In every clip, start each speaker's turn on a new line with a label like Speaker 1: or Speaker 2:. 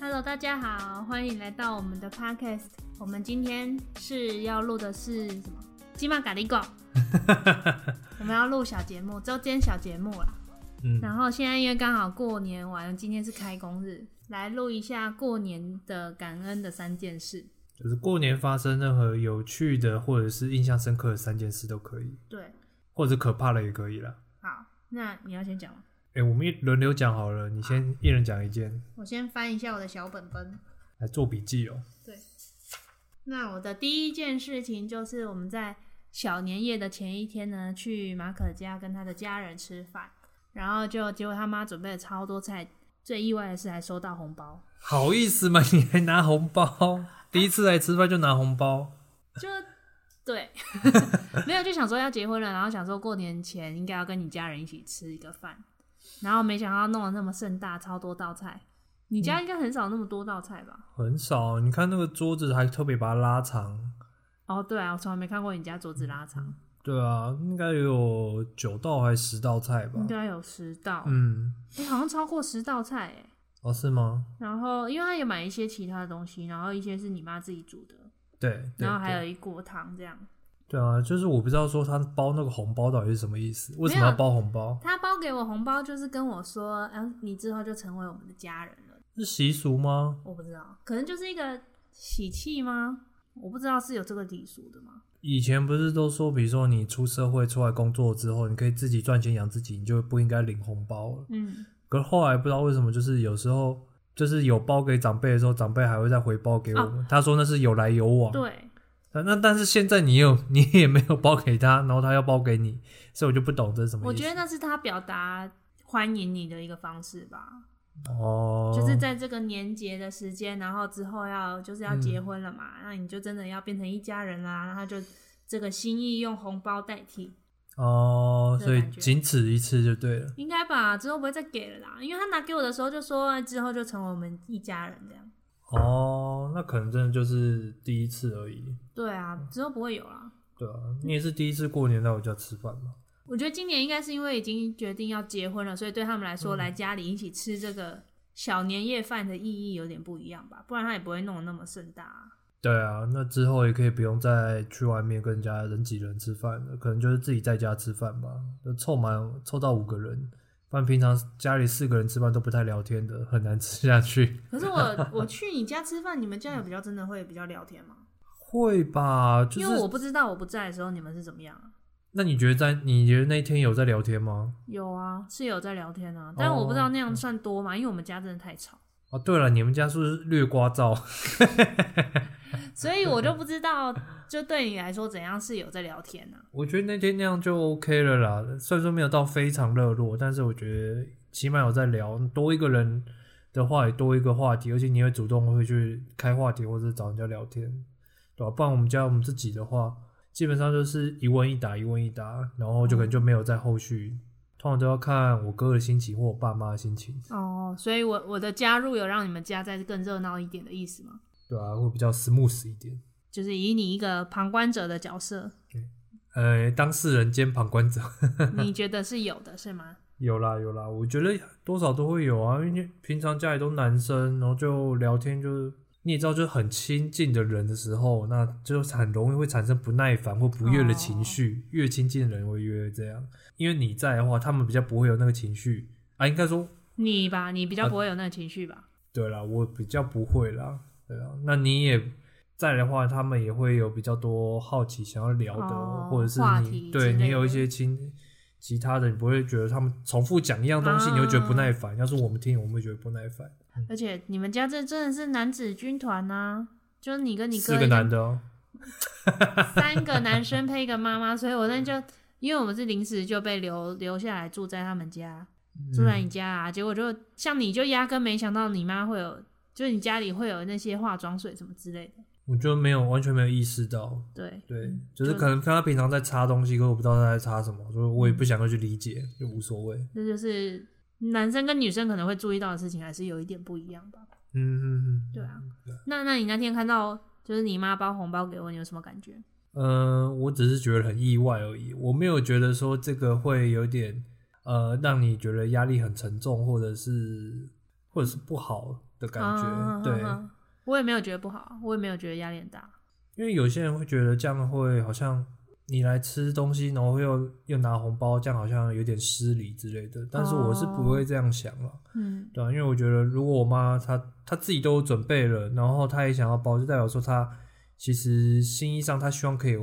Speaker 1: Hello，大家好，欢迎来到我们的 Podcast。我们今天是要录的是什么？鸡马咖喱狗。我们要录小节目，周间小节目啦。
Speaker 2: 嗯，
Speaker 1: 然后现在因为刚好过年完，今天是开工日，来录一下过年的感恩的三件事。
Speaker 2: 就是过年发生任何有趣的或者是印象深刻的三件事都可以，
Speaker 1: 对，
Speaker 2: 或者可怕的也可以啦。
Speaker 1: 好，那你要先讲吗？
Speaker 2: 哎、我们一轮流讲好了，你先一人讲一件，
Speaker 1: 我先翻一下我的小本本。
Speaker 2: 来做笔记哦、
Speaker 1: 对，那我的第一件事情就是我们在小年夜的前一天呢，去马可家跟他的家人吃饭，然后就结果他妈准备了超多菜，最意外的是还收到红包，
Speaker 2: 好意思吗？ 你还拿红包？第一次来吃饭就拿红包？
Speaker 1: 就对， 没有就想说要结婚了，然后想说过年前应该要跟你家人一起吃一个饭，然后没想到弄得那么盛大，超多道菜。你家应该很少那么多道菜吧？
Speaker 2: 很少，啊你看那个桌子还特别把它拉长。
Speaker 1: 哦，对啊，我从来没看过你家桌子拉长，
Speaker 2: 对啊，应该有九道还是十道菜吧
Speaker 1: 应？该有十道，哎、
Speaker 2: 嗯，
Speaker 1: 好像超过十道菜哎、
Speaker 2: 哦是吗？
Speaker 1: 然后因为他也买一些其他的东西，然后一些是你妈自己煮的，
Speaker 2: 对，对
Speaker 1: 然后还
Speaker 2: 对
Speaker 1: 有一锅汤这样。
Speaker 2: 对啊，就是我不知道说他包那个红包到底是什么意思，为什么
Speaker 1: 没有
Speaker 2: 要包红包？
Speaker 1: 他包给我红包就是跟我说，嗯、你之后就成为我们的家人了。
Speaker 2: 是习俗吗？
Speaker 1: 我不知道，可能就是一个喜气吗？我不知道是有这个礼俗的吗？
Speaker 2: 以前不是都说，比如说你出社会出来工作之后，你可以自己赚钱养自己，你就不应该领红包了。
Speaker 1: 嗯，
Speaker 2: 可是后来不知道为什么，就是有时候就是有包给长辈的时候，长辈还会再回包给我们。他说那是有来有往。
Speaker 1: 哦对，
Speaker 2: 那那但是现在你有你也没有包给他，然后他要包给你，所以我就不懂这是什么意思。
Speaker 1: 我觉得那是他表达欢迎你的一个方式吧，
Speaker 2: 哦，
Speaker 1: 就是在这个年节的时间，然后之后要就是要
Speaker 2: 嗯
Speaker 1: 结婚了嘛，那你就真的要变成一家人啦，然后就这个心意用红包代替。
Speaker 2: 哦，
Speaker 1: 这个
Speaker 2: 所以
Speaker 1: 感觉
Speaker 2: 仅此一次就对了。
Speaker 1: 应该吧，之后不会再给了啦，因为他拿给我的时候就说之后就成为我们一家人这样。
Speaker 2: 哦，那可能真的就是第一次而已。
Speaker 1: 对
Speaker 2: 嗯
Speaker 1: 啊，之后不会有啦。
Speaker 2: 对啊，你也是第一次过年来我家吃饭吗？
Speaker 1: 我觉得今年应该是因为已经决定要结婚了，所以对他们来
Speaker 2: 嗯
Speaker 1: 说，来家里一起吃这个小年夜饭的意义有点不一样吧，不然他也不会弄得那么盛大、啊。
Speaker 2: 对啊，那之后也可以不用再去外面跟人家人挤人吃饭了，可能就是自己在家吃饭吧，就凑满凑到五个人，不然平常家里四个人吃饭都不太聊天的，很难吃下去。
Speaker 1: 可是我我去你家吃饭，你们家有比较真的会比较聊天吗？
Speaker 2: 会吧？就
Speaker 1: 因为我
Speaker 2: 是
Speaker 1: 不知道我不在的时候你们是怎么样啊？
Speaker 2: 那你觉得在你觉得那一天有在聊天吗？
Speaker 1: 有啊，是有在聊天啊，但我不知道那
Speaker 2: 嗯
Speaker 1: 样算多吗？因为我们家真的太吵。
Speaker 2: 哦，对了，你们家是不是略瓜照？
Speaker 1: 所以 我就不知道，就对你来说怎样是有在聊天呢、啊
Speaker 2: 我觉得那天那样就 OK 了啦，虽然说没有到非常热络，但是我觉得起码有在聊，多一个人的话也多一个话题，而且你会主动会去开话题或者找人家聊天，对吧、不然我们家我们自己的话，基本上就是一问一答，一问一答，然后就可能就没有在后续，通常都要看我哥的心情或我爸妈的心情，
Speaker 1: 哦，所以我我的加入有让你们家再更热闹一点的意思吗？
Speaker 2: 对吧、会比较 smooth 一点。
Speaker 1: 就是以你一个旁观者的角 色，
Speaker 2: 呃，当事人兼旁观者，
Speaker 1: 你觉得是有的，是吗？
Speaker 2: 有啦有啦，我觉得多少都会有啊，因为平常家里都男生，然后就聊天就是你也知道，就是很亲近的人的时候，那就是很容易会产生不耐烦或不悦的情绪。越亲近的人会越这样，因为你在的话，他们比较不会有那个情绪啊。应该说，
Speaker 1: 你吧，你比较不会有那个情绪吧？
Speaker 2: 对啦，我比较不会啦，对啊。那你也在的话，他们也会有比较多好奇想要聊的，
Speaker 1: 哦
Speaker 2: 或者是
Speaker 1: 话题
Speaker 2: 你
Speaker 1: 之
Speaker 2: 对
Speaker 1: 类
Speaker 2: 你有一
Speaker 1: 的
Speaker 2: 些亲其他的，你不会觉得他们重复讲一样东西，你会觉得
Speaker 1: 啊
Speaker 2: 不耐烦。要是我们听，我们会觉得不耐烦。
Speaker 1: 而且你们家这真的是男子军团呐、就是你跟你哥
Speaker 2: 四个男的哦、
Speaker 1: 三个男生配一个妈妈，所以我那
Speaker 2: 嗯
Speaker 1: 就因为我们是临时就被留留下来住在他们家，住
Speaker 2: 嗯
Speaker 1: 在你家啊，结果就像你就压根没想到你妈会有，就是你家里会有那些化妆水什么之类的，
Speaker 2: 我就没有完全没有意识到，
Speaker 1: 对，
Speaker 2: 对，就是
Speaker 1: 嗯就
Speaker 2: 可能看他平常在擦东西，可是我不知道他在擦什么，所以我也不想要去理解，就无所谓。
Speaker 1: 这就是男生跟女生可能会注意到的事情，还是有一点不一样吧。
Speaker 2: 嗯嗯嗯，
Speaker 1: 对啊，那那你那天看到就是你妈包红包给我，你有什么感觉？
Speaker 2: 嗯，我只是觉得很意外而已，我没有觉得说这个会有点呃让你觉得压力很沉重，或者是或者是不好，的感觉。
Speaker 1: 啊
Speaker 2: 对，
Speaker 1: 我也没有觉得不好，我也没有觉得压力很大。
Speaker 2: 因为有些人会觉得这样会好像你来吃东西，然后又又拿红包，这样好像有点失礼之类的。但是我是不会这样想了，
Speaker 1: 嗯，
Speaker 2: 对啊、因为我觉得如果我妈她她自己都有准备了，然后她也想要包，就代表说她其实心意上她希望可以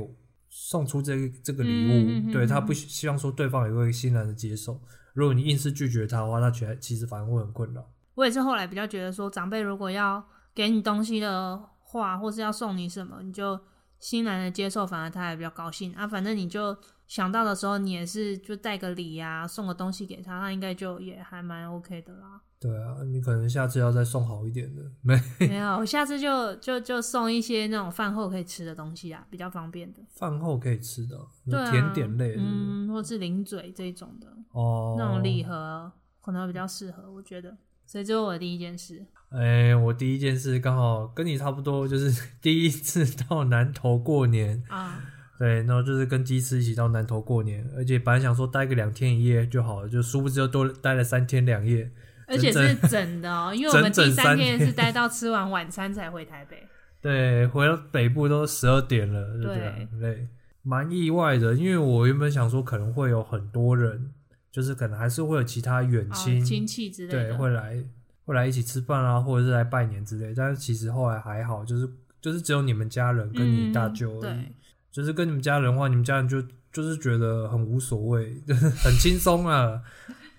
Speaker 2: 送出这个这个礼物，
Speaker 1: 嗯嗯嗯嗯
Speaker 2: 对她
Speaker 1: 嗯
Speaker 2: 不希希望说对方也会欣然的接受。如果你硬是拒绝她的话，那其实其实反而会很困扰。
Speaker 1: 我也是后来比较觉得说，长辈如果要给你东西的话，或是要送你什么，你就欣然的接受，反而他还比较高兴啊。反正你就想到的时候，你也是就带个礼呀、送个东西给他，那应该就也还蛮 OK 的 啦。
Speaker 2: 对啊，你可能下次要再送好一点的，没
Speaker 1: 没有，我下次就就就送一些那种饭后可以吃的东西啊，比较方便的。
Speaker 2: 饭后可以吃的，
Speaker 1: 对啊，
Speaker 2: 甜点类的，
Speaker 1: 嗯，或是零嘴这种的，
Speaker 2: 哦，
Speaker 1: 那种礼盒可能比较适合，我觉得。所以这是我的第一件事。
Speaker 2: 哎、我第一件事刚好跟你差不多，就是 第一次到南投过年，
Speaker 1: 啊，
Speaker 2: 对，然后就是跟鸡翅一起到南投过年，而且本来想说待个两天一夜就好了，就殊不知又多待了三天两夜。
Speaker 1: 而且是整的哦、因为我们第
Speaker 2: 整整
Speaker 1: 三
Speaker 2: 三
Speaker 1: 天
Speaker 2: 天
Speaker 1: 是待到吃完晚餐才回台北。
Speaker 2: 对，回到北部都十二点了，对不对啊？
Speaker 1: 对
Speaker 2: 很累，蛮意外的，因为我原本想说可能会有很多人，就是可能还是会有其他远
Speaker 1: 哦
Speaker 2: 亲、
Speaker 1: 亲戚之类
Speaker 2: 对，
Speaker 1: 的，
Speaker 2: 会来会来一起吃饭啊，或者是来拜年之类。但是其实后来还好，就是就是只有你们家人跟你大舅
Speaker 1: 嗯
Speaker 2: 而已、
Speaker 1: 对，
Speaker 2: 就是跟你们家人的话，你们家人就就是觉得很无所谓，就是 很轻松啊。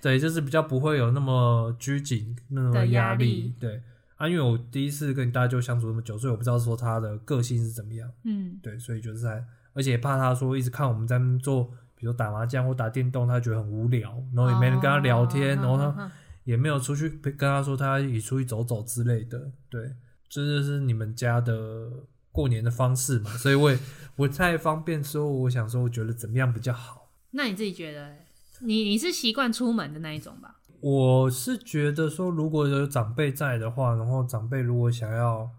Speaker 2: 对，就是比较不会有那么拘谨那么
Speaker 1: 的压
Speaker 2: 压
Speaker 1: 力
Speaker 2: 对啊，因为我第一次跟你大舅相处那么久，所以我不知道说他的个性是怎么样。
Speaker 1: 嗯，
Speaker 2: 对，所以就是在，而且也怕他说一直看我们在那边做，比如打麻将或打电动，他觉得很无聊，然后也没人跟他聊天，
Speaker 1: 哦
Speaker 2: 然后他。
Speaker 1: 哼哼哼
Speaker 2: 也没有出去跟他说他也出去走走之类的。对，这就是你们家的过年的方式嘛， 所以我也不太方便说，我想说我觉得怎么样比较好。
Speaker 1: 那你自己觉得嘞，你你是习惯出门的那一种吧？
Speaker 2: 我是觉得说，如果有长辈在的话，然后长辈如果想要，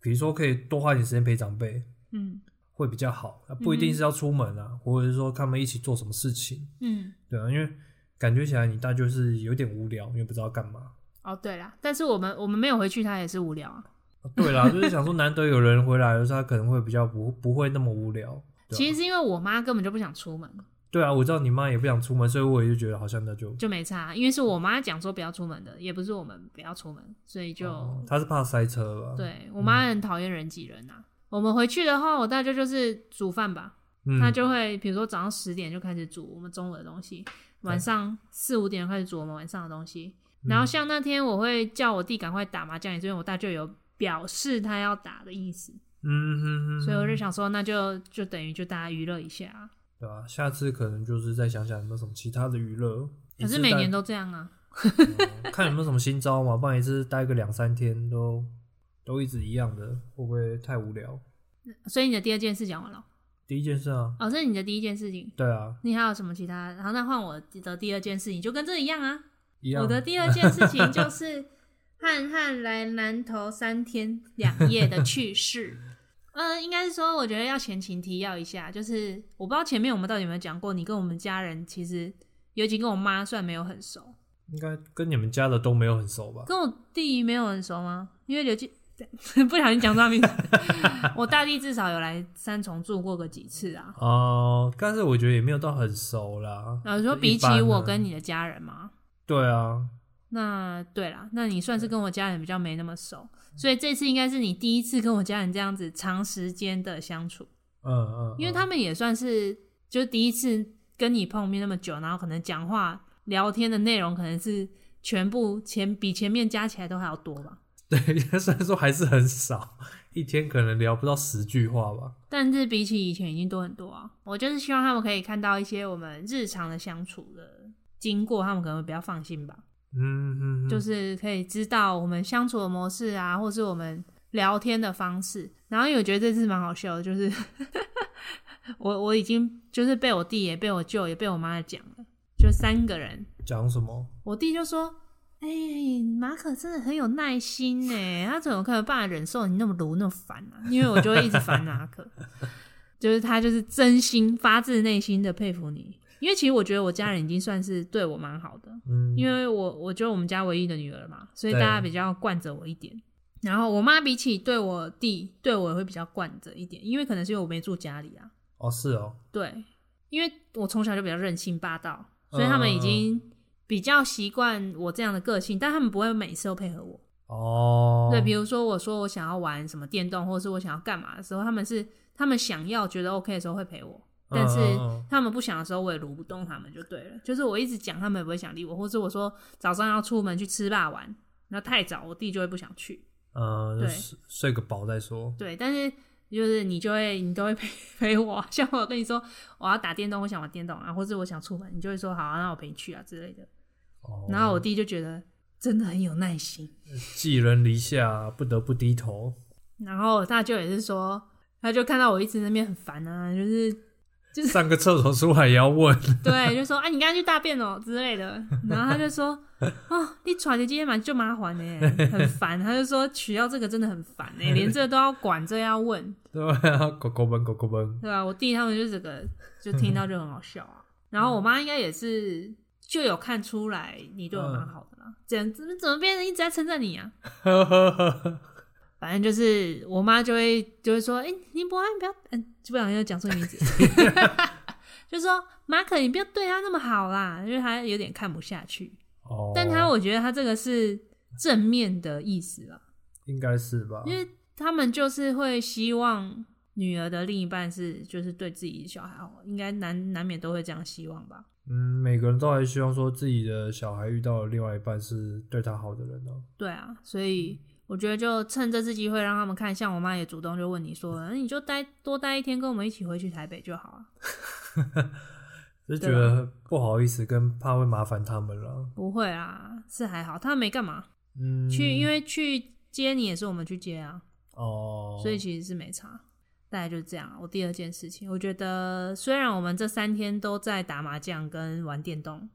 Speaker 2: 比如说可以多花点时间陪长辈，
Speaker 1: 嗯
Speaker 2: 会比较好，不一定是要出门啊，或者是说他们一起做什么事情，
Speaker 1: 嗯，
Speaker 2: 对啊，因为感觉起来你大舅是有点无聊，因为不知道干嘛。
Speaker 1: 哦对啦，但是我们我们没有回去，他也是无聊啊。
Speaker 2: 哦对啦，就是想说难得有人回来的时候，他可能会比较不不会那么无聊。对啊
Speaker 1: 其实是因为我妈根本就不想出门，
Speaker 2: 对啊，我知道你妈也不想出门，所以我也就觉得好像那就
Speaker 1: 就没差，啊因为是我妈讲说不要出门的，也不是我们不要出门，所以就、
Speaker 2: 哦嗯他是怕塞车吧？，
Speaker 1: 对我妈很讨厌人挤人呐、我们回去的话，我大舅就是煮饭吧，
Speaker 2: 嗯，
Speaker 1: 他就会比如说早上十点就开始煮我们中午的东西，晚上四五点就开始煮我们晚上的东西。
Speaker 2: 嗯
Speaker 1: 然后像那天我会叫我弟赶快打麻将，也是因为我大舅有表示他要打的意思，
Speaker 2: 嗯嗯嗯，
Speaker 1: 所以我就
Speaker 2: 嗯
Speaker 1: 想说，那就就等于就大家娱乐一下。
Speaker 2: 对啊，下次可能就是再想想有没有什么其他的娱乐。
Speaker 1: 可是每年
Speaker 2: 都、
Speaker 1: 都这样啊，
Speaker 2: 嗯哦看有没有什么新招嘛，不然一次待个两三天都都一直一样的，会不会太无聊？
Speaker 1: 所以你的第二件事讲完了，
Speaker 2: 第一件事啊，
Speaker 1: 哦，这是你的第一件事情。
Speaker 2: 对啊，
Speaker 1: 你还有什么其他？然后那换我的第二件事情，就跟这一样啊。
Speaker 2: 一样。
Speaker 1: 我的第二件事情就是 汉汉来南投三天两夜的趣 事。呃，应该是说，我觉得要前情提要一下，就是我不知道前面我们到底有没有讲过，你跟我们家人其实，尤其跟我妈算没有很熟，
Speaker 2: 应该跟你们家的都没有很熟吧？
Speaker 1: 跟我弟没有很熟吗？因为刘记 不小心讲错他 名字，我大弟至少有来三重住过个几次啊。
Speaker 2: 哦、但是我觉得也没有到很熟啦。
Speaker 1: 然后说
Speaker 2: 就
Speaker 1: 比
Speaker 2: 一
Speaker 1: 起
Speaker 2: 般啊
Speaker 1: 我跟你的家人嘛，
Speaker 2: 对啊，
Speaker 1: 那对啦，那你算是跟我家人比较没那么熟，所以这次应该是你第一次跟我家人这样子长时间的相处，
Speaker 2: 嗯嗯，
Speaker 1: 因为他们也算是就是第一次跟你碰面那么久，然后可能讲话聊天的内容可能是全部前比前面加起来都还要多吧，
Speaker 2: 对，虽然说还是很少，一天可能聊不到十句话吧。
Speaker 1: 但是比起以前已经多很多啊。我就是希望他们可以看到一些我们日常的相处的经过，他们可能会比较放心吧。
Speaker 2: 嗯嗯，嗯
Speaker 1: 就是可以知道我们相处的模式啊，或是我们聊天的方式。然后因为我觉得这次蛮好笑的，就是 我我已经就是被我弟也被我舅也被我妈讲了，就三个人，
Speaker 2: 讲什么？
Speaker 1: 我弟就说。哎、马可真的很有耐心呢，他怎么可能有办法忍受你那么鲁那么烦啊？因为我 就会一直烦马可，就是他就是真心发自内心的佩服你，因为其实我觉得我家人已经算是对我蛮好的，
Speaker 2: 嗯，
Speaker 1: 因为我我就是我们家唯一的女儿嘛，所以大
Speaker 2: 对
Speaker 1: 家比较惯着我一点。然后我妈比起对我弟，对我也会比较惯着一点，因为可能是因为我没住家里啊。
Speaker 2: 哦是哦，
Speaker 1: 对，因为我从小就比较任性霸道，所以他
Speaker 2: 嗯
Speaker 1: 们已经比较习惯我这样的个性，但他们不会每次都配合我。
Speaker 2: 哦，
Speaker 1: 对，比如说我说我想要玩什么电动，或者是我想要干嘛的时候，他们是他们想要觉得 OK 的时候会陪我，但是
Speaker 2: 嗯嗯嗯
Speaker 1: 他们不想的时候我也撸不动他们就对了。就是我一直讲，他们也不会想理我，或者我说早上要出门去吃霸玩，那太早我弟就会不想去。
Speaker 2: 嗯，
Speaker 1: 对
Speaker 2: 睡睡个饱再说，
Speaker 1: 对，但是就是你就会你都会陪陪我，像我跟你说我要打电动，我想玩电动啊，或者我想出门，你就会说好、啊，那我陪你去啊之类的。
Speaker 2: 哦，
Speaker 1: 然后我弟就觉得真的很有耐心。
Speaker 2: 寄人篱下，不得不低头，
Speaker 1: 然后大舅也是说，他就看到我一直那边很烦啊，就是
Speaker 2: 上个厕所出来也要问，
Speaker 1: 对，就说啊，你刚才去大便哦之类的。然后他就说，哦，你喘的今天蛮就麻烦呢、很烦。他就说取消这个真的很烦呢、连这都要管，这要问，
Speaker 2: 对吧？狗狗们，狗狗们，
Speaker 1: 对吧、我弟他们就这个就听到就很好笑啊。然后我妈应该也是就有看出来你对我蛮好的啦，怎怎么怎么变成一直在称赞你啊？
Speaker 2: 呵呵呵，
Speaker 1: 反正就是我妈就会就会说，哎、林博安，你不要，嗯，就不小心就讲错名字，就说马可，你不要对他那么好啦，因为他有点看不下去。
Speaker 2: 哦，
Speaker 1: 但他我觉得他这个是正面的意思啦，
Speaker 2: 应该是吧？
Speaker 1: 因为他们就是会希望女儿的另一半是就是对自己小孩好，应该难难免都会这样希望吧。
Speaker 2: 嗯，每个人都还希望说自己的小孩遇到的另外一半是对他好的人呢、
Speaker 1: 对啊，所以我觉得就趁这次机会让他们看，像我妈也主动就问你说，那你就待多待一天，跟我们一起回去台北就好了。
Speaker 2: 就觉
Speaker 1: 啊
Speaker 2: 得不好意思，跟怕会麻烦他们了。
Speaker 1: 不会啊，是还好，他没干嘛。
Speaker 2: 嗯，
Speaker 1: 去，因为去接你也是我们去接啊，
Speaker 2: 哦，
Speaker 1: 所以其实是没差。大概就是这样。我第二件事情，我觉得虽然我们这三天都在打麻将跟玩电动，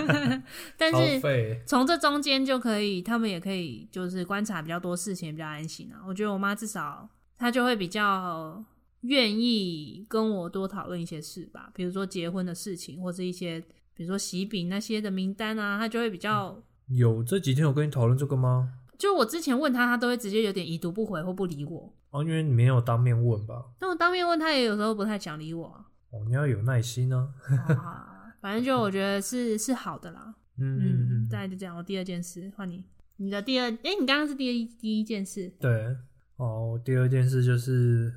Speaker 1: 但
Speaker 2: 超
Speaker 1: 是
Speaker 2: 费
Speaker 1: 从这中间就可以，他们也可以就是观察比较多事情，比较安心啊。我觉得我妈至少她就会比较愿意跟我多讨论一些事吧，比如说结婚的事情，或是一些比如说喜饼那些的名单啊，她就会比较
Speaker 2: 嗯有这几天有跟你讨论这个吗？
Speaker 1: 就我之前问他，他都会直接有点已读不回或不理我。
Speaker 2: 哦，因为你没有当面问吧？
Speaker 1: 但我当面问他，也有时候不太想理我啊、
Speaker 2: 哦，你要有耐心呢、啊。
Speaker 1: 好 啊。反正就我觉得是是好的啦。
Speaker 2: 嗯
Speaker 1: 嗯，大概就这样。我第二件事换你，你的第二，哎、你刚刚是第一第一件事，
Speaker 2: 对，哦，第二件事就是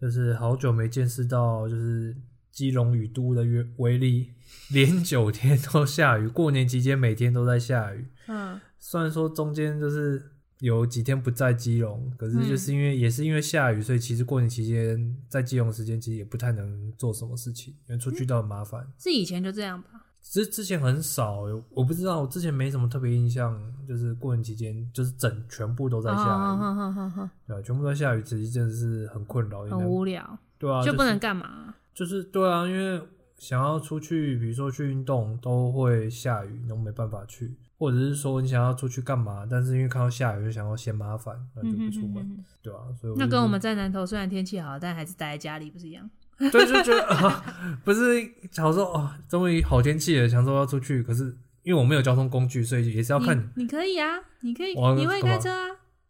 Speaker 2: 就是好久没见识到就是基隆雨都的约威力，连九天都下雨，过年期间每天都在下雨。
Speaker 1: 嗯
Speaker 2: 虽然说中间就是有几天不在基隆，可
Speaker 1: 嗯
Speaker 2: 是就是因为、也是因为下雨，所以其实过年期间在基隆时间其实也不太能做什么事情，因为出去都很麻烦。
Speaker 1: 是以前就这样吧？
Speaker 2: 之之前很少，我不知道，我之前没什么特别印象，就是过年期间就是整全部都在下雨。
Speaker 1: 哦哼哼哼哼
Speaker 2: 对啊，全部都在下雨，其实真的是很困扰。
Speaker 1: 很无聊，
Speaker 2: 对啊，
Speaker 1: 就不能
Speaker 2: 是
Speaker 1: 干嘛、
Speaker 2: 就是对啊，因为想要出去，比如说去运动，都会下雨，然后没办法去，或者是说你想要出去干嘛，但是因为看到下雨就想要嫌麻烦，那就
Speaker 1: 嗯
Speaker 2: 不
Speaker 1: 哼
Speaker 2: 出
Speaker 1: 哼
Speaker 2: 门，
Speaker 1: 哼哼
Speaker 2: 对啊，所以
Speaker 1: 那
Speaker 2: 就
Speaker 1: 跟
Speaker 2: 是
Speaker 1: 我们在南投虽然天气好，但还是待在家里，不是一样？
Speaker 2: 对就觉得、 啊、不是想说哦，终于好天气了，想说要出去，可是因为我没有交通工具，所以也是要看
Speaker 1: 你你可以啊，你可以，
Speaker 2: 我
Speaker 1: 你会
Speaker 2: 干嘛
Speaker 1: 开车啊？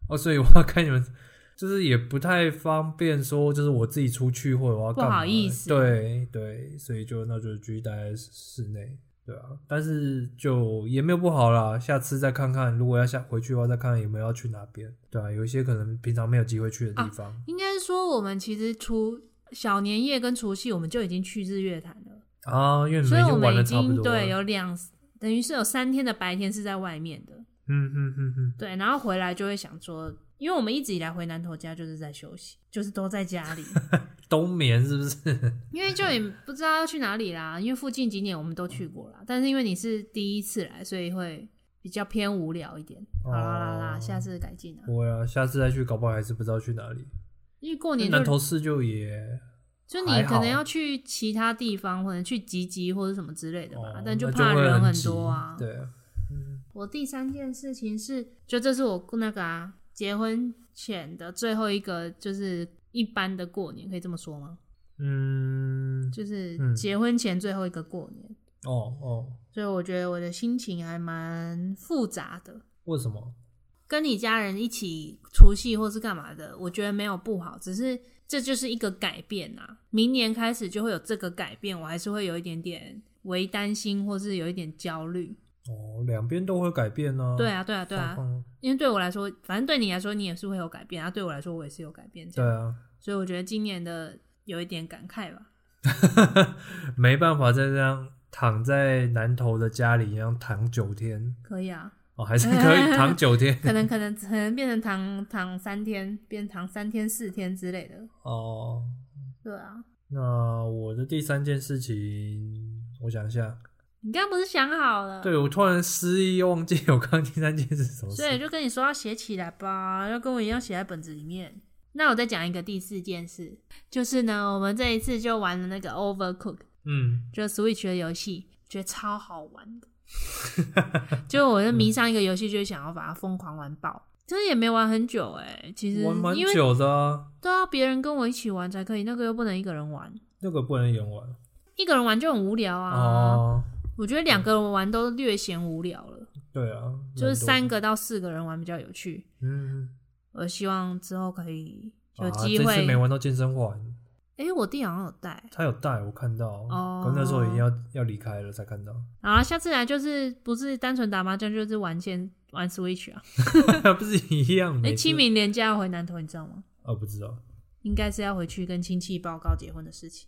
Speaker 2: 哦，所以我要看你们，就是也不太方便说，就是我自己出去或者我要干嘛
Speaker 1: 不好意思
Speaker 2: 对对，所以就那就继续待在室内，对啊，但是就也没有不好啦，下次再看看，如果要下回去的话，再看看有没有要去哪边，对啊，有一些可能平常没有机会去的
Speaker 1: 啊
Speaker 2: 地方
Speaker 1: 应该说，我们其实除小年夜跟除夕，我们就已经去日月潭了，
Speaker 2: 啊因为你
Speaker 1: 所
Speaker 2: 们
Speaker 1: 以
Speaker 2: 已
Speaker 1: 我
Speaker 2: 经玩
Speaker 1: 们
Speaker 2: 的
Speaker 1: 已
Speaker 2: 差不
Speaker 1: 经
Speaker 2: 多了，
Speaker 1: 对有两，等于是有三天的白天是在外面的，
Speaker 2: 嗯嗯嗯嗯，
Speaker 1: 对，然后回来就会想说，因为我们一直以来回南头家就是在休息，就是都在家 里，
Speaker 2: 冬眠是不是？
Speaker 1: 因为就也不知道要去哪里啦，因为附近景点我们都去过啦，但是因为你是第一次来，所以会比较偏无聊一点。好啦啦啦，
Speaker 2: 哦
Speaker 1: 下次改进啊，
Speaker 2: 不会啊，下次再去，搞不好还是不知道去哪里。
Speaker 1: 因为过年就
Speaker 2: 南投市就也
Speaker 1: 就你
Speaker 2: 还
Speaker 1: 可
Speaker 2: 好
Speaker 1: 能要去其他地方，或者去集集或者什么之类的吧，
Speaker 2: 哦，
Speaker 1: 但
Speaker 2: 那就
Speaker 1: 怕
Speaker 2: 会
Speaker 1: 人
Speaker 2: 很
Speaker 1: 很
Speaker 2: 挤
Speaker 1: 多啊。
Speaker 2: 对啊，
Speaker 1: 我第三件事情是，就这是我那个啊，结婚前的最后一个，就是一般的过年，可以这么说吗？
Speaker 2: 嗯，嗯，
Speaker 1: 就是
Speaker 2: 嗯
Speaker 1: 结婚前最后一个过年，
Speaker 2: 哦哦，
Speaker 1: 所以我觉得我的心情还蛮复杂的。
Speaker 2: 为什么？
Speaker 1: 跟你家人一起除夕或是干嘛的，我觉得没有不好，只是这就是一个改变啊。明年开始就会有这个改变，我还是会有一点点为担心，或是有一点焦虑。
Speaker 2: 哦，两边都会改变呢、
Speaker 1: 对啊，对啊，对啊，
Speaker 2: 状况
Speaker 1: 因为对我来说，反正对你来说你也是会有改变啊，对我来说我也是有改变，这
Speaker 2: 对
Speaker 1: 样，
Speaker 2: 啊，
Speaker 1: 所以我觉得今年的有一点感慨吧。
Speaker 2: 没办法再这样躺在南头的家里一样躺九天
Speaker 1: 可以啊，
Speaker 2: 哦，还是 可以躺九天
Speaker 1: 可能可能可能变成躺躺三天，变躺三天四天之类的。
Speaker 2: 哦。
Speaker 1: 对啊，
Speaker 2: 那我的第三件事情，我想一下，
Speaker 1: 你刚刚不是想好了？
Speaker 2: 对我突然失忆，忘记我刚刚第三件是什么事
Speaker 1: 所以就跟你说要写起来吧，要跟我一样写在本子里面。那我再讲一个第四件事，就是呢，我们这一次就玩了那个 Overcook，
Speaker 2: 嗯，
Speaker 1: 就 Switch 的游戏，觉得超好玩 的。就我就迷上一个游戏，就想要把它疯狂玩爆。真的也没玩很久哎、其实
Speaker 2: 玩蛮
Speaker 1: 因为
Speaker 2: 久的、啊，
Speaker 1: 都要别人跟我一起玩才可以，那个又不能一个人玩，
Speaker 2: 那个不能演完
Speaker 1: 一个人玩就很无聊啊。
Speaker 2: 哦。
Speaker 1: 我觉得两个人玩都略嫌无聊了，
Speaker 2: 对啊，
Speaker 1: 就是
Speaker 2: 蛮
Speaker 1: 三个到四个人玩比较有趣。
Speaker 2: 多的，嗯，
Speaker 1: 我希望之后可以有
Speaker 2: 啊
Speaker 1: 机
Speaker 2: 这次
Speaker 1: 会。
Speaker 2: 没
Speaker 1: 哎、
Speaker 2: 玩到健身环，
Speaker 1: 我弟好像有带，
Speaker 2: 他有带我看到，
Speaker 1: 哦
Speaker 2: 可那时候已经要要离开了才看到，
Speaker 1: 然后啊下次来就是不是单纯打麻将，就是玩先玩 Switch 啊。
Speaker 2: 不是一样？
Speaker 1: 哎、
Speaker 2: 每次
Speaker 1: 清明年假要回南投，你知道吗？
Speaker 2: 哦，不知道
Speaker 1: 应该是要回去跟亲戚报告结婚的事情，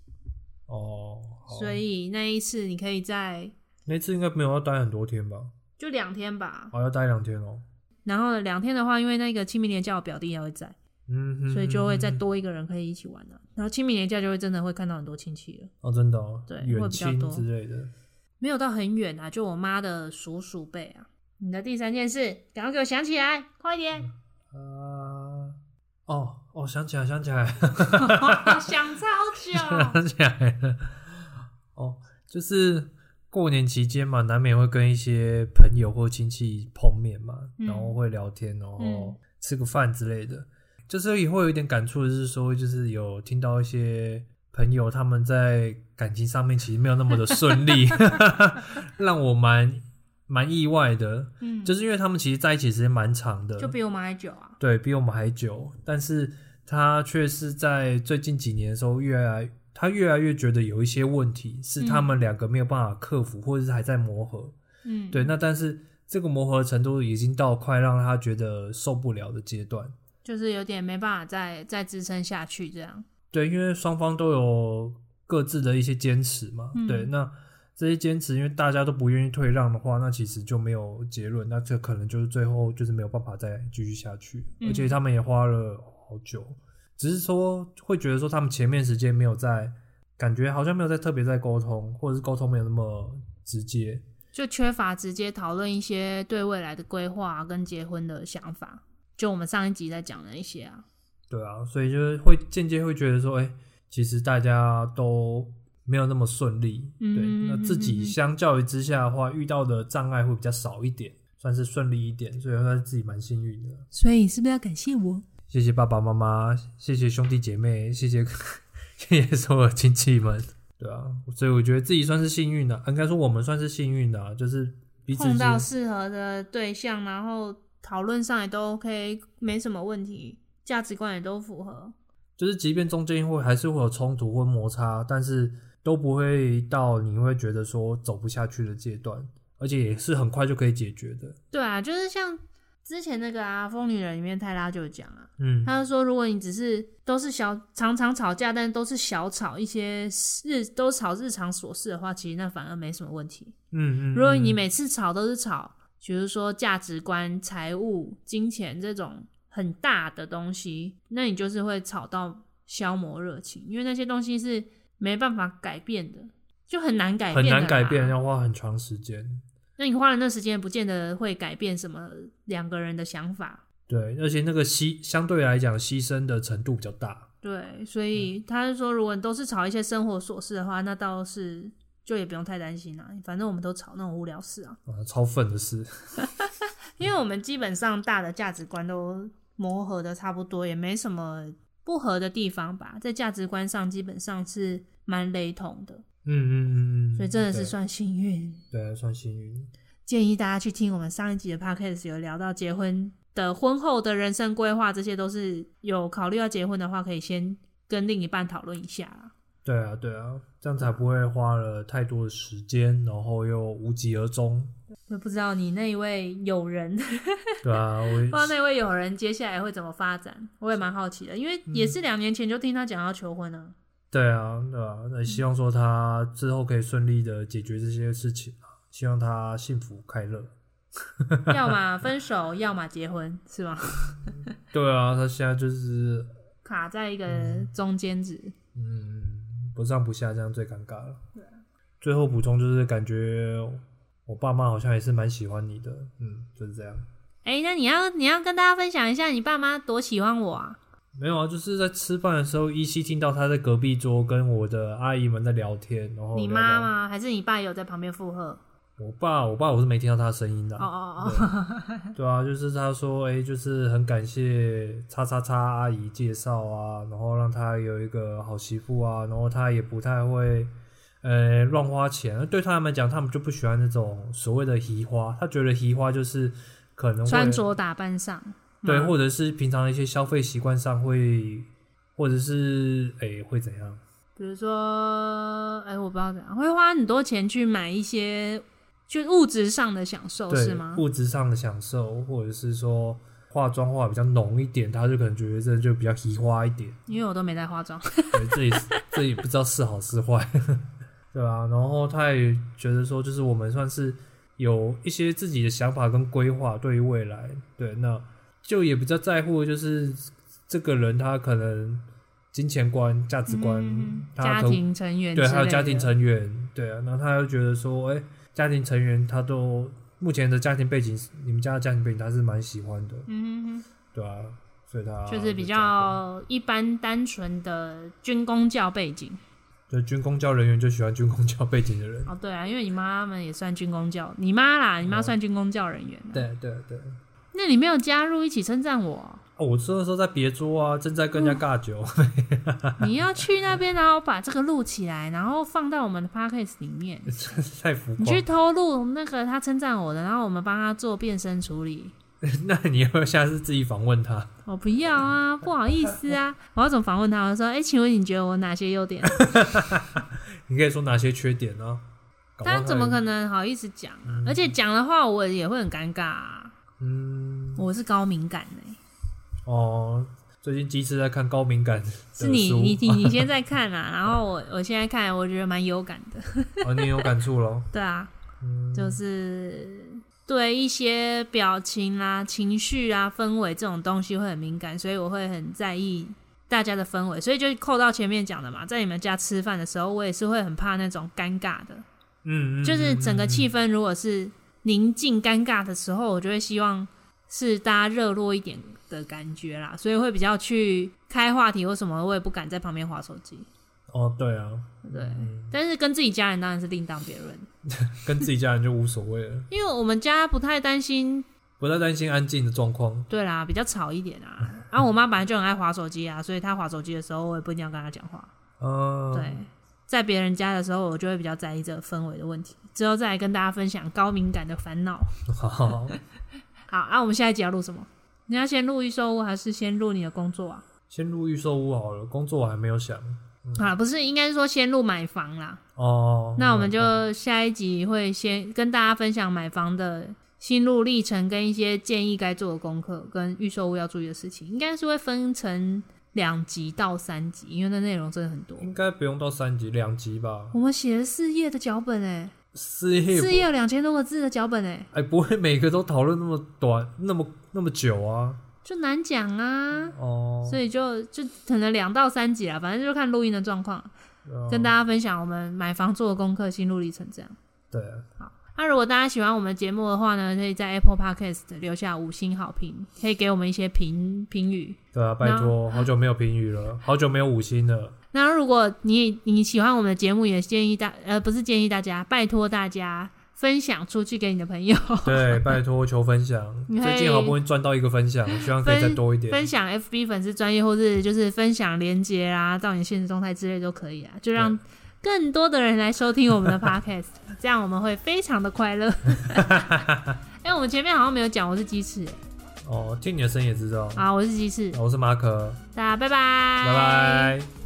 Speaker 2: 哦，好
Speaker 1: 所以那一次你可以在
Speaker 2: 那次应该没有要待很多天吧？
Speaker 1: 就两天吧。
Speaker 2: 哦，要待两天哦，
Speaker 1: 然后两天的话，因为那个清明年假我表弟也会在，
Speaker 2: 嗯哼，
Speaker 1: 所以就会再
Speaker 2: 嗯哼
Speaker 1: 多一个人可以一起玩了、啊然后清明年假就会真的会看到很多亲戚了，
Speaker 2: 哦，真的哦，
Speaker 1: 对会
Speaker 2: 远
Speaker 1: 比较
Speaker 2: 亲
Speaker 1: 多
Speaker 2: 之类的。
Speaker 1: 没有到很远啊，就我妈的叔叔辈啊。你的第三件事，赶快给我想起来，快点！
Speaker 2: 啊，哦哦，想起来，想起来，
Speaker 1: 想超 久。
Speaker 2: 想起来了。 哦，就是过年期间嘛，难免会跟一些朋友或亲戚碰面嘛，
Speaker 1: 嗯
Speaker 2: 然后会聊天，然
Speaker 1: 嗯
Speaker 2: 后吃个饭之类的。就是也会有一点感触的是说，就是有听到一些朋友他们在感情上面其实没有那么的顺 利， 让我蛮蛮意外的。
Speaker 1: 嗯，
Speaker 2: 就是因为他们其实在一起时间蛮长的，
Speaker 1: 就比我们还久啊。
Speaker 2: 对比我们还久，但是他却是在最近几年的时候越来。他越来越觉得有一些问题是他们两个没有办法克服，或者是还在磨合。
Speaker 1: 嗯，
Speaker 2: 对，，那但是这个磨合程度已经到快让他觉得受不了的阶段。
Speaker 1: 就是有点没办法再再支撑下去这样。
Speaker 2: 对，因为双方都有各自的一些坚持嘛。
Speaker 1: 嗯
Speaker 2: 对，那这些坚持，因为大家都不愿意退让的话，那其实就没有结论，那这可能就是最后就是没有办法再继续下去。
Speaker 1: 嗯
Speaker 2: 而且他们也花了好久，只是说会觉得说他们前面时间没有在，感觉好像没有在特别在沟通，或者是沟通没有那么直接。
Speaker 1: 就缺乏直接讨论一些对未来的规划啊跟结婚的想法，就我们上一集在讲的一些啊，
Speaker 2: 对啊，所以就是会间接会觉得说，哎、其实大家都没有那么顺利，
Speaker 1: 嗯
Speaker 2: 对，那自己相较于之下的话，遇到的障碍会比较少一点，算是顺利一点，所以算是自己蛮幸运的。
Speaker 1: 所以是不是要感谢我？
Speaker 2: 谢谢爸爸妈妈，谢谢兄弟姐妹，谢 谢谢谢所有亲戚们，对啊，所以我觉得自己算是幸运的、应该说我们算是幸运的、啊，就是彼此
Speaker 1: 碰
Speaker 2: 之
Speaker 1: 到适合的对象，然后讨论上也都 OK，没什么问题，价值观也都符合。
Speaker 2: 就是即便中间会还是会有冲突或摩擦，但是都不会到你会觉得说走不下去的阶段，而且也是很快就可以解决的。
Speaker 1: 对啊，就是像之前那个啊，《疯女人》里面泰拉就有讲啊，
Speaker 2: 嗯，
Speaker 1: 他就说，如果你只是都是小常常吵架，但都是小吵一些日都吵日常琐事的话，其实那反而没什么问题。
Speaker 2: 嗯嗯，
Speaker 1: 如果你
Speaker 2: 嗯
Speaker 1: 每次吵都是吵，比如说价值观、财务、金钱这种很大的东西，那你就是会吵到消磨热情，因为那些东西是没办法改变的，就很难改变，
Speaker 2: 很难改变，。哦要花很长时间。
Speaker 1: 那你花了那时间，不见得会改变什么两个人的想法。
Speaker 2: 对，而且那个牺相对来讲牺牲的程度比较大。
Speaker 1: 对，所
Speaker 2: 嗯
Speaker 1: 以他是说，如果你都是吵一些生活琐事的话，那倒是就也不用太担心啦、反正我们都吵那种无聊事啊，
Speaker 2: 啊，超愤的 事，
Speaker 1: 因为我们基本上大的价值观都磨合的差不多，也没什么不合的地方吧，在价值观上基本上是蛮雷同的，
Speaker 2: 嗯嗯嗯嗯，
Speaker 1: 所以真的是
Speaker 2: 对
Speaker 1: 算幸运。
Speaker 2: 对啊，算幸运。
Speaker 1: 建议大家去听我们上一集的 podcast，有聊到结婚的婚后的人生规划，这些都是有考虑要结婚的话，可以先跟另一半讨论一下啦。
Speaker 2: 对啊，对啊，这样才不会花了太多的时间，然后又无疾而终。
Speaker 1: 就不知道你那一位友人， 不知
Speaker 2: 对啊，我
Speaker 1: 道那位友人接下来会怎么发展，我也蛮好奇的，因为也
Speaker 2: 嗯
Speaker 1: 是两年前就听他讲要求婚啊。
Speaker 2: 对啊，对啊，
Speaker 1: 嗯
Speaker 2: 那希望说他之后可以顺利的解决这些事情啊，希望他幸福快乐。
Speaker 1: 要么分手，要么结婚，是吗？
Speaker 2: 对啊，他现在就是
Speaker 1: 卡在一个中间值。
Speaker 2: 嗯不上不下，这样最尴尬了。最后补充就是，感觉我爸妈好像也是蛮喜欢你的，嗯，就是这样。
Speaker 1: 哎、那你要你要跟大家分享一下你爸妈多喜欢我啊？
Speaker 2: 没有啊，就是在吃饭的时候，依稀听到他在隔壁桌跟我的阿姨们在聊天，然后
Speaker 1: 你
Speaker 2: 聊
Speaker 1: 妈
Speaker 2: 聊？
Speaker 1: 吗？还是你爸也有在旁边附和？
Speaker 2: 我爸，我爸我是没听到他的声音的
Speaker 1: 哦哦
Speaker 2: 啊、
Speaker 1: 哦，
Speaker 2: 对啊，就是他说，哎、就是很感谢叉叉叉阿姨介绍啊，然后让她有一个好媳妇啊，然后她也不太会，呃，乱花钱。对他们来讲，他们就不喜欢那种所谓的移花，他觉得移花就是可能会
Speaker 1: 穿着嗯打扮上，
Speaker 2: 对，
Speaker 1: 吗
Speaker 2: 或者是平常的一些消费习惯上会，或者是哎、会怎样？
Speaker 1: 比如说，哎、我不知道怎样，会花很多钱去买一些就物质上的享受，
Speaker 2: 对
Speaker 1: 是吗？
Speaker 2: 物质上的享受，或者是说化妆化比较浓一点，他就可能觉得这就比较移花一点。
Speaker 1: 因为我都没在化妆，
Speaker 2: 对，这 也是这也不知道是好是坏， 对吧、然后他也觉得说，就是我们算是有一些自己的想法跟规划对于未来，对，那就也比较在乎，就是这个人他可能金钱观、价值观，
Speaker 1: 嗯
Speaker 2: 他
Speaker 1: 家
Speaker 2: 可
Speaker 1: 庭成员
Speaker 2: 对，
Speaker 1: 之
Speaker 2: 还有
Speaker 1: 类
Speaker 2: 家
Speaker 1: 的
Speaker 2: 庭成员，对啊，那他又觉得说，哎、家庭成员他都目前的家庭背景，你们家的家庭背景他是蛮喜欢的，
Speaker 1: 嗯哼
Speaker 2: 对啊，所以他
Speaker 1: 哼，就是比
Speaker 2: 这样子
Speaker 1: 较一般单纯的军工教背景。
Speaker 2: 就军工教人员就喜欢军工教背景的人。
Speaker 1: 哦，对啊，因为你妈们也算军工教，你妈啦，
Speaker 2: 哦
Speaker 1: 你妈算军工教人员、啊。
Speaker 2: 对对对。
Speaker 1: 那你没有加入一起称赞 我，
Speaker 2: 哦，我说的时候在别桌啊，正在跟人家
Speaker 1: 嗯
Speaker 2: 尬酒。
Speaker 1: 你要去那边，然后把这个录起来，然后放到我们的 podcast 里面。
Speaker 2: 太浮
Speaker 1: 你
Speaker 2: 夸
Speaker 1: 去。偷录那个他称赞我的，然后我们帮他做变身处理。
Speaker 2: 那你要不要下次自己访问他？
Speaker 1: 我不要啊，不好意思啊，我要怎么访问他？我说，哎、请问你觉得我哪些优点？
Speaker 2: 你可以说哪些缺点呢、搞不好
Speaker 1: 他怎么
Speaker 2: 也
Speaker 1: 可？能好意思讲啊、而且讲的话，我也会很尴尬、啊。
Speaker 2: 嗯，
Speaker 1: 我是高敏感的、欸
Speaker 2: 哦，最近鸡翅在看高敏感的书，
Speaker 1: 是你你你 你先在看啦、然后我我现在看，我觉得蛮有感的。
Speaker 2: 哦，你也有感触 咯。
Speaker 1: 对啊，
Speaker 2: 嗯，
Speaker 1: 就是对一些表情啦、情绪啊、氛围这种东西会很敏感，所以我会很在意大家的氛围。所以就扣到前面讲的嘛，在你们家吃饭的时候，我也是会很怕那种尴尬的，
Speaker 2: 嗯，嗯
Speaker 1: 就是整个气
Speaker 2: 氛。
Speaker 1: 氛如果是宁静尴尬的时候，我就会希望是大家热络一点的感觉啦，所以会比较去开话题或什么，我也不敢在旁边划手机。
Speaker 2: 哦，对啊，
Speaker 1: 对，
Speaker 2: 嗯
Speaker 1: 但是跟自己家人当然是另当别论，
Speaker 2: 跟自己家人就无所谓了，
Speaker 1: 因为我们家不太担心
Speaker 2: 不太担心安静的状况。
Speaker 1: 对啦，比较吵一点啊。然后、我妈本来就很爱划手机啊，所以她划手机的时候，我也不一定要跟她讲话。
Speaker 2: 嗯，
Speaker 1: 对，在别人家的时候，我就会比较在意这个氛围的问题。之后再来跟大家分享高敏感的烦恼。
Speaker 2: 好，
Speaker 1: 好，啊，我们下一集要录什么？你要先录预售屋，还是先录你的工作啊？
Speaker 2: 先入预售屋好了，工作我还没有想。
Speaker 1: 啊，不是，应该是说先录买房啦。
Speaker 2: 哦，
Speaker 1: 那我们
Speaker 2: 嗯
Speaker 1: 就下一集会先跟大家分享买房的心路历程，跟一些建议该做的功课，跟预售屋要注意的事情，应该是会分成两集到三集，因为那内容真的很多。
Speaker 2: 应该不用到三集，两集吧。
Speaker 1: 我们写了四页的脚本哎、
Speaker 2: 四页
Speaker 1: 四页有两千多个字的脚本哎、
Speaker 2: 哎，不会每个都讨论那么短、那么那么久啊？
Speaker 1: 就难讲啊，
Speaker 2: 哦，
Speaker 1: 所以就就可能两到三集啦，反正就看录音的状况，
Speaker 2: 嗯
Speaker 1: 跟大家分享我们买房做的功课、心路历程这样。
Speaker 2: 对，
Speaker 1: 那、如果大家喜欢我们节目的话呢，可以在 Apple Podcast 留下五星好评，可以给我们一些评评语。
Speaker 2: 对啊，拜托，好久没有评语了，好久没有五星了。
Speaker 1: 那如果你你喜欢我们的节目，也建议大呃不是建议大家，拜托大家分享出去给你的朋友，
Speaker 2: 对，拜托求 分享。
Speaker 1: 你可以
Speaker 2: 最近好不容易赚到一个分享，希望可以再多一 点。
Speaker 1: 分享 FB 粉丝专业，或是就是分享连接啊，到你现实动态之类都可以啊，就让更多的人来收听我们的 Podcast，这 样我们会非常的快乐。哎、我们前面好像没有讲我是鸡翅、欸
Speaker 2: 哦，听你的声音也知道。
Speaker 1: 啊，我是鸡翅，
Speaker 2: 我是马可，
Speaker 1: 大家拜拜，
Speaker 2: 拜拜。